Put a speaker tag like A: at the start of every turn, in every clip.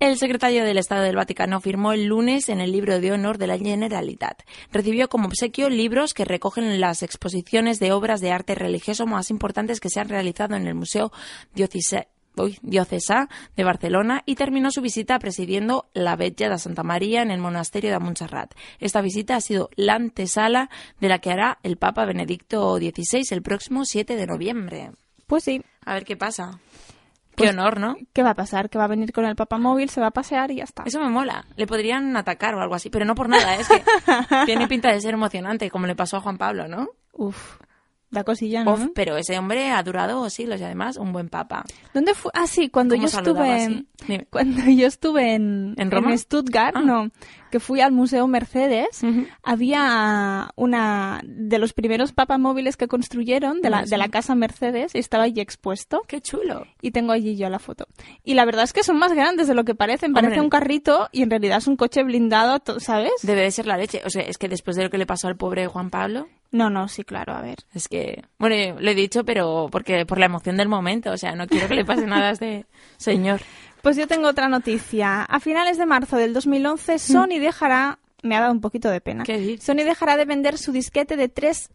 A: El secretario del Estado del Vaticano firmó el lunes en el libro de honor de la Generalitat. Recibió como obsequio libros que recogen las exposiciones de obras de arte religioso más importantes que se han realizado en el Museo Diocese- uy, Diocesà de Barcelona y terminó su visita presidiendo la Vella de Santa María en el monasterio de Montserrat. Esta visita ha sido la antesala de la que hará el Papa Benedicto XVI el próximo 7 de noviembre.
B: Pues sí.
A: A ver qué pasa.
B: Pues-
A: qué honor, ¿no?
B: ¿Qué va a pasar? Que va a venir con el papamóvil, se va a pasear y ya está.
A: Eso me mola. Le podrían atacar o algo así, pero no por nada. ¿eh? Es que tiene pinta de ser emocionante, como le pasó a Juan Pablo, ¿no?
B: Uf, da cosilla, ¿no?
A: Of, pero ese hombre ha durado siglos y además un buen papa.
B: ¿Dónde fue? Ah, sí, cuando
A: ¿Cómo
B: yo
A: saludaba
B: estuve en,
A: así? Dime.
B: cuando yo estuve en,
A: ¿En Roma?
B: Stuttgart,
A: Ah.
B: no, que fui al Museo Mercedes,
A: Ujú.
B: había una de los primeros papamóviles que construyeron de la,
A: Ah, sí.
B: de la casa Mercedes y estaba allí expuesto.
A: ¡Qué chulo!
B: Y tengo allí yo la foto. Y la verdad es que son más grandes de lo que parecen. Parece
A: Hombre.
B: un carrito y en realidad es un coche blindado, to- ¿sabes?
A: Debe de ser la leche. O sea, es que después de lo que le pasó al pobre Juan Pablo,
B: No, no, sí, claro, a ver.
A: es que. Bueno, lo he dicho, pero porque por la emoción del momento. O sea, no quiero que le pase nada a este señor.
B: Pues yo tengo otra noticia. A finales de marzo del 2011, Sony dejará, me ha dado un poquito de pena,
A: Mm. ¿Qué dices?
B: Sony dejará de vender su disquete de 3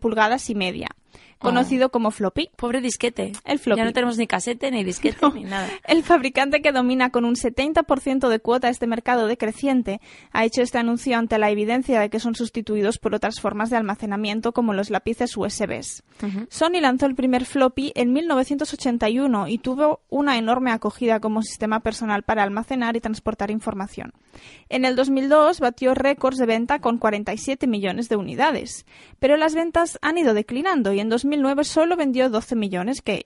B: pulgadas y media,
A: Ah.
B: conocido como floppy.
A: Pobre disquete.
B: El floppy.
A: Ya no tenemos ni casete, ni disquete, ni nada.
B: El fabricante que domina con un 70% de cuota este mercado decreciente ha hecho este anuncio ante la evidencia de que son sustituidos por otras formas de almacenamiento como los lápices USBs. Sony lanzó el primer floppy en 1981 y tuvo una enorme acogida como sistema personal para almacenar y transportar información. En el 2002 batió récords de venta con 47 millones de unidades, pero las ventas han ido declinando y en 2009 solo vendió 12 millones que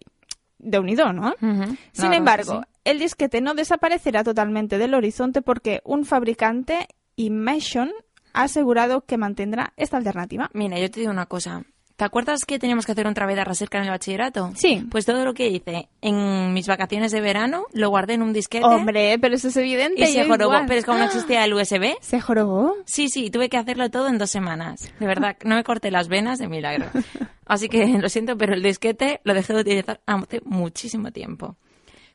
B: de unido, ¿no?
A: Ujú.
B: Sin
A: La verdad es que
B: embargo,
A: sí.
B: el disquete no desaparecerá totalmente del horizonte porque un fabricante, Immersion, ha asegurado que mantendrá esta alternativa.
A: Mira, yo te digo una cosa. ¿Te acuerdas que teníamos que hacer un través de recerca en el bachillerato?
B: Sí.
A: Pues todo lo que hice en mis vacaciones de verano lo guardé en un disquete
B: Hombre, pero eso es evidente.
A: y se
B: yo
A: jorobó.
B: igual. Ah.
A: Pero es como no existía el USB.
B: ¿Se jorobó?
A: Sí, sí, tuve que hacerlo todo en dos semanas. De verdad, no me corté las venas de milagro. Así que lo siento, pero el disquete lo dejé de utilizar hace muchísimo tiempo.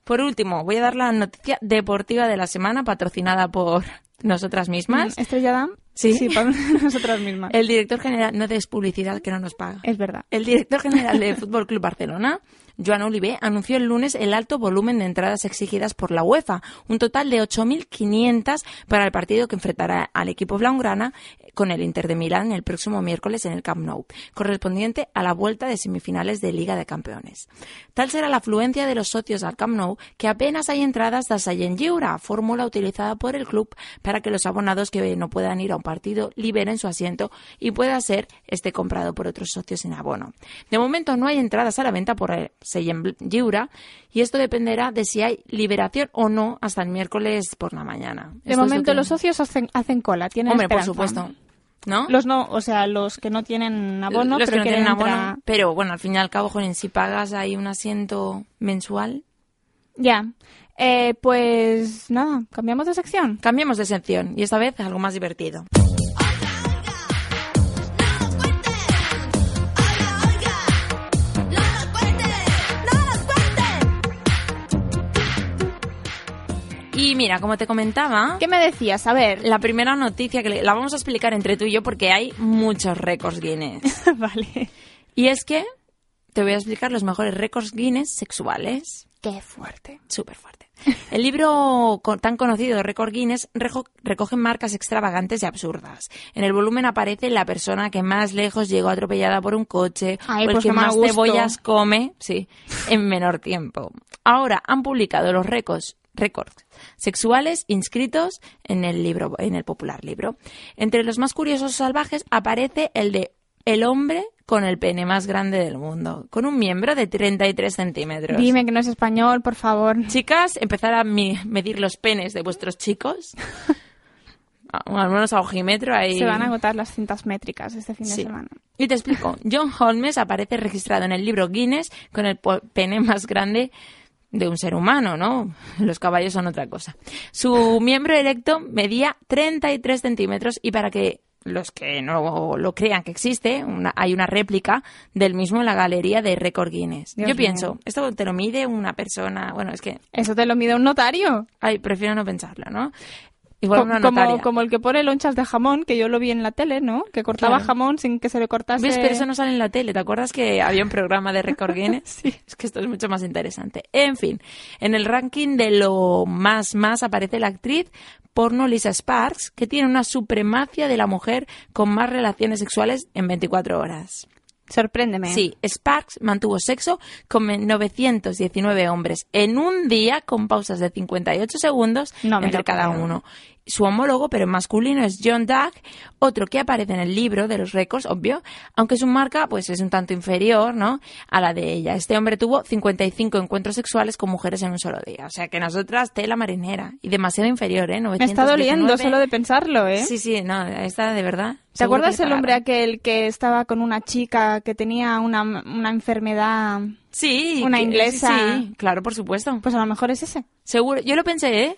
A: Por último, voy a dar la noticia deportiva de la semana patrocinada por nosotras mismas.
B: Mm, Estrella Damm.
A: Sí.
B: Sí, para nosotras mismas.
A: El director general no des publicidad que no nos paga.
B: Es verdad.
A: El director general del Fútbol Club Barcelona, Joan Olivé, anunció el lunes el alto volumen de entradas exigidas por la UEFA, un total de 8.500 para el partido que enfrentará al equipo blaugrana con el Inter de Milán el próximo miércoles en el Camp Nou, correspondiente a la vuelta de semifinales de Liga de Campeones. Tal será la afluencia de los socios al Camp Nou que apenas hay entradas de Sallent Lliure, fórmula utilizada por el club para que los abonados que no puedan ir a un partido liberen su asiento y pueda ser este comprado por otros socios sin abono. De momento no hay entradas a la venta por el Sallent Lliure y esto dependerá de si hay liberación o no hasta el miércoles por la mañana. Esto
B: De
A: es lo
B: momento
A: que-
B: los socios hacen, hacen cola, tienen
A: Hombre, por
B: esperanza.
A: supuesto. ¿No?
B: Los no, o sea, los que no tienen abono,
A: los que
B: pero
A: no
B: quieren
A: tienen abono,
B: entrar-
A: pero bueno, al fin y al cabo, joder, si pagas ahí un asiento mensual,
B: Ya. Eh, pues nada, cambiamos de sección.
A: Cambiemos de sección y esta vez algo más divertido. Y mira, como te comentaba,
B: ¿Qué me decías? A ver.
A: la primera noticia que le- la vamos a explicar entre tú y yo porque hay muchos récords Guinness.
B: vale.
A: Y es que te voy a explicar los mejores récords Guinness sexuales.
B: Qué fuerte.
A: Súper fuerte. El libro co- tan conocido, Record Guinness, rejo- recoge marcas extravagantes y absurdas. En el volumen aparece la persona que más lejos llegó atropellada por un coche,
B: Ay,
A: o el
B: pues
A: que
B: no me
A: más
B: gustó.
A: cebollas come, sí, en menor tiempo. Ahora han publicado los récords récords sexuales inscritos en el libro en el popular libro. Entre los más curiosos salvajes aparece el de el hombre con el pene más grande del mundo, con un miembro de 33 centímetros.
B: Dime que no es español, por favor.
A: Chicas, empezar a mi- medir los penes de vuestros chicos. A- Al menos a ojímetro ahí.
B: Se van a agotar las cintas métricas este fin de
A: Sí.
B: semana.
A: Y te explico. John Holmes aparece registrado en el libro Guinness con el po- pene más grande de un ser humano, ¿no? Los caballos son otra cosa. Su miembro erecto medía 33 centímetros y para que los que no lo crean que existe, una- hay una réplica del mismo en la galería de Record Guinness.
B: Dios
A: Yo
B: mío.
A: pienso, esto te lo mide una persona, bueno, es que
B: Eso te lo mide un notario.
A: Ay, prefiero no pensarlo, ¿no? Igual
B: Co-
A: una
B: como,
A: notaria.
B: como el que pone lonchas de jamón, que yo lo vi en la tele, ¿no? Que cortaba
A: Claro.
B: jamón sin que se le cortase.
A: ¿Ves? Pero eso no sale en la tele. ¿Te acuerdas que había un programa de Record Guinness? sí. Es que esto es mucho más interesante. En fin, en el ranking de lo más más aparece la actriz porno Lisa Sparks, que tiene una supremacia de la mujer con más relaciones sexuales en 24 horas.
B: Sorpréndeme.
A: Sí, Sparks mantuvo sexo con 919 hombres en un día con pausas de 58 segundos
B: No me
A: entre
B: lo
A: cada
B: creo.
A: uno. Su homólogo, pero en masculino, es John Duck, otro que aparece en el libro de los récords, obvio, aunque su marca pues es un tanto inferior, ¿no? a la de ella. Este hombre tuvo 55 encuentros sexuales con mujeres en un solo día, o sea que nosotras tela marinera y demasiado inferior, ¿eh?
B: Me está
A: 919.
B: doliendo solo de pensarlo, ¿eh?
A: Sí, sí, no, esta de verdad.
B: ¿Te
A: seguro que
B: acuerdas
A: le
B: el hombre
A: pagaron.
B: aquel que estaba con una chica que tenía una, una enfermedad?
A: Sí,
B: Una
A: que-
B: inglesa.
A: Sí, claro, por supuesto.
B: Pues a lo mejor es ese.
A: Seguro, yo lo pensé, ¿eh?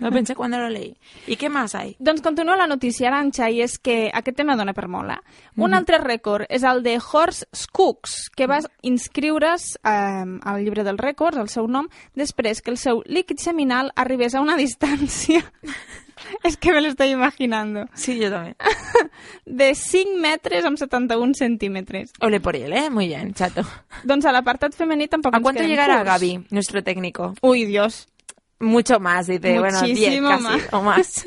A: Lo pensé cuando lo leí. ¿Y qué más hay?
B: Doncs continua la notícia, Aranxa, i és que aquest tema dona per mola. Un altre rècord és el de Horst Cooks, que va inscriure's eh, al llibre dels rècords, el seu nom, després que el seu líquid seminal arribés a una distància... és que me lo estoy imaginando.
A: Sí, yo también.
B: De 5 metres amb 71 centímetres.
A: Ole por él, ¿eh? Muy bien, chato.
B: Doncs a l'apartat femení tampoc
A: ¿A
B: ens
A: cuánto
B: quedem
A: llegará
B: curts.
A: Gaby, nuestro técnico?
B: Ui, Dios,
A: Mucho más, dice.
B: Muchísimo
A: bueno, 10
B: más.
A: casi, o más.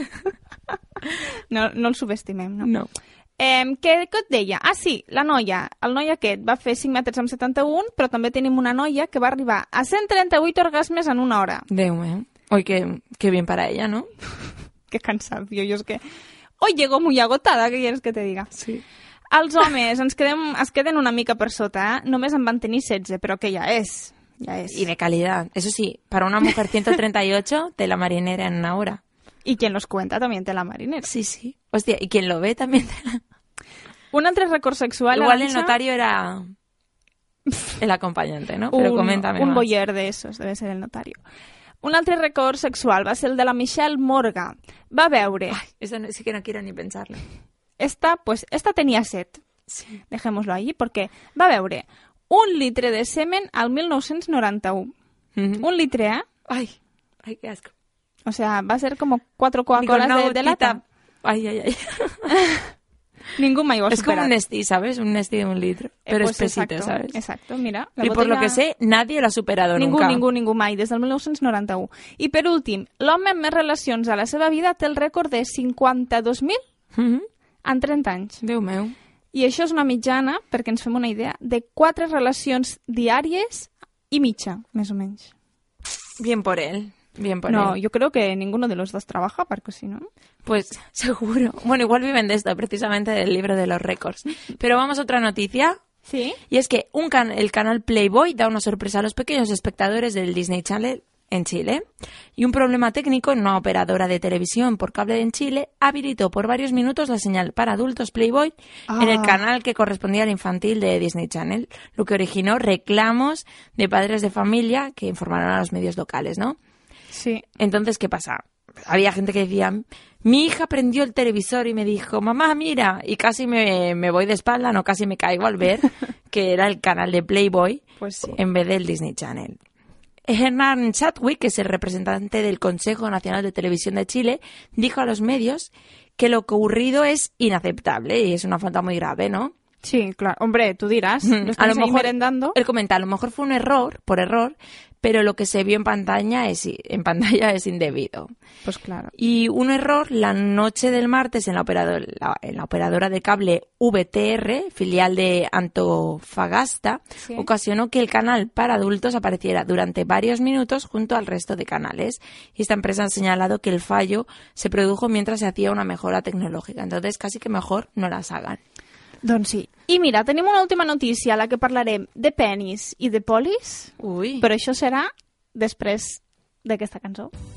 B: no, no el subestimem, no?
A: No.
B: Eh, què, què et deia? Ah, sí, la noia. El noi aquest va fer 5 metres amb 71, però també tenim una noia que va arribar a 138 orgasmes en una hora.
A: De un- Oye, qué, qué bien para ella, ¿no?
B: Que cansancio, jo és que... Hoy llego muy agotada, què quieres que te diga?
A: Sí.
B: Els homes ens quedem, es queden una mica per sota, eh? Només en van tenir 16, però que ja és. Ja és.
A: Y de calidad. Eso sí, para una mujer 138, de la marinera en una hora.
B: I quien los cuenta també té la marinera.
A: Sí, sí. Hostia, y quien lo ve también. te la-
B: Un altre record sexual...
A: Igual el
B: Arantxa,
A: notario era el acompañante, ¿no? Pero
B: un,
A: coméntame
B: un
A: más.
B: boyer de esos, debe ser el notario. Un altre record sexual va ser el de la Michelle Morga. Va veure... Ai.
A: Eso no- sí que no quiero ni pensarlo.
B: Esta, pues, esta tenia set.
A: Sí.
B: Dejémoslo allí, perquè va veure un litre de semen al 1991.
A: Mm.
B: Un litre, eh?
A: Ay, ay, qué asco.
B: O sea, va a ser como cuatro
A: Digo,
B: Coca-Colas
A: una
B: de, de lata.
A: gotita. Ay, ay, ay.
B: Ningú mai ho ha
A: Es como un
B: superat.
A: Nesti, ¿sabes? Un Nesti de un litro.
B: Eh,
A: Pero
B: pues
A: espesito,
B: exacto,
A: ¿sabes?
B: Exacto, mira. la
A: Y por lo
B: botella-
A: que sé, nadie lo ha superado
B: Ningú,
A: nunca.
B: ningú, ningú mai, des del 1991. I per últim, l'home amb més relacions a la seva vida té el rècord de 52.000
A: Ujú.
B: en 30 anys.
A: Déu meu.
B: I això és una mitjana, perquè ens fem una idea, de 4 relacions diàries i mitja, més o menys.
A: Bien por él. Bien por
B: no,
A: él.
B: yo creo que ninguno de los dos trabaja, porque si no...
A: Pues seguro. Bueno, igual viven de esto, precisamente del libro de los récords. Pero vamos a otra noticia.
B: Sí.
A: Y es que un can- el canal Playboy da una sorpresa a los pequeños espectadores del Disney Channel en Chile. Y un problema técnico en una operadora de televisión por cable en Chile habilitó por varios minutos la señal para adultos Playboy en el
B: Ah.
A: canal que correspondía al infantil de Disney Channel, lo que originó reclamos de padres de familia que informaron a los medios locales, ¿no?
B: Sí.
A: Entonces, ¿qué pasa? Había gente que decía, mi hija prendió el televisor y me dijo, mamá, mira, y casi me, me voy de espalda, no, casi me caigo al ver que era el canal de Playboy
B: Pues sí.
A: en vez del Disney Channel. Hernán Chadwick, que es el representante del Consejo Nacional de Televisión de Chile, dijo a los medios que lo ocurrido es inaceptable y es una falta muy grave, ¿no?
B: Sí, claro. Hombre, tú dirás. Mm-hmm. Lo
A: a lo
B: mejor
A: mejor
B: merendando.
A: él comenta, a lo mejor fue un error, por error, pero lo que se vio en pantalla es i- en pantalla es indebido.
B: Pues claro.
A: Y un error la noche del martes en la, operado- la- en la operadora de cable VTR, filial de Antofagasta,
B: Sí.
A: ocasionó que el canal para adultos apareciera durante varios minutos junto al resto de canales. Y esta empresa ha señalado que el fallo se produjo mientras se hacía una mejora tecnológica. Entonces, casi que mejor no las hagan.
B: Doncs sí. I mira, tenim una última notícia a la que parlarem de penis i de polis,
A: Uy.
B: però això serà després d'aquesta cançó.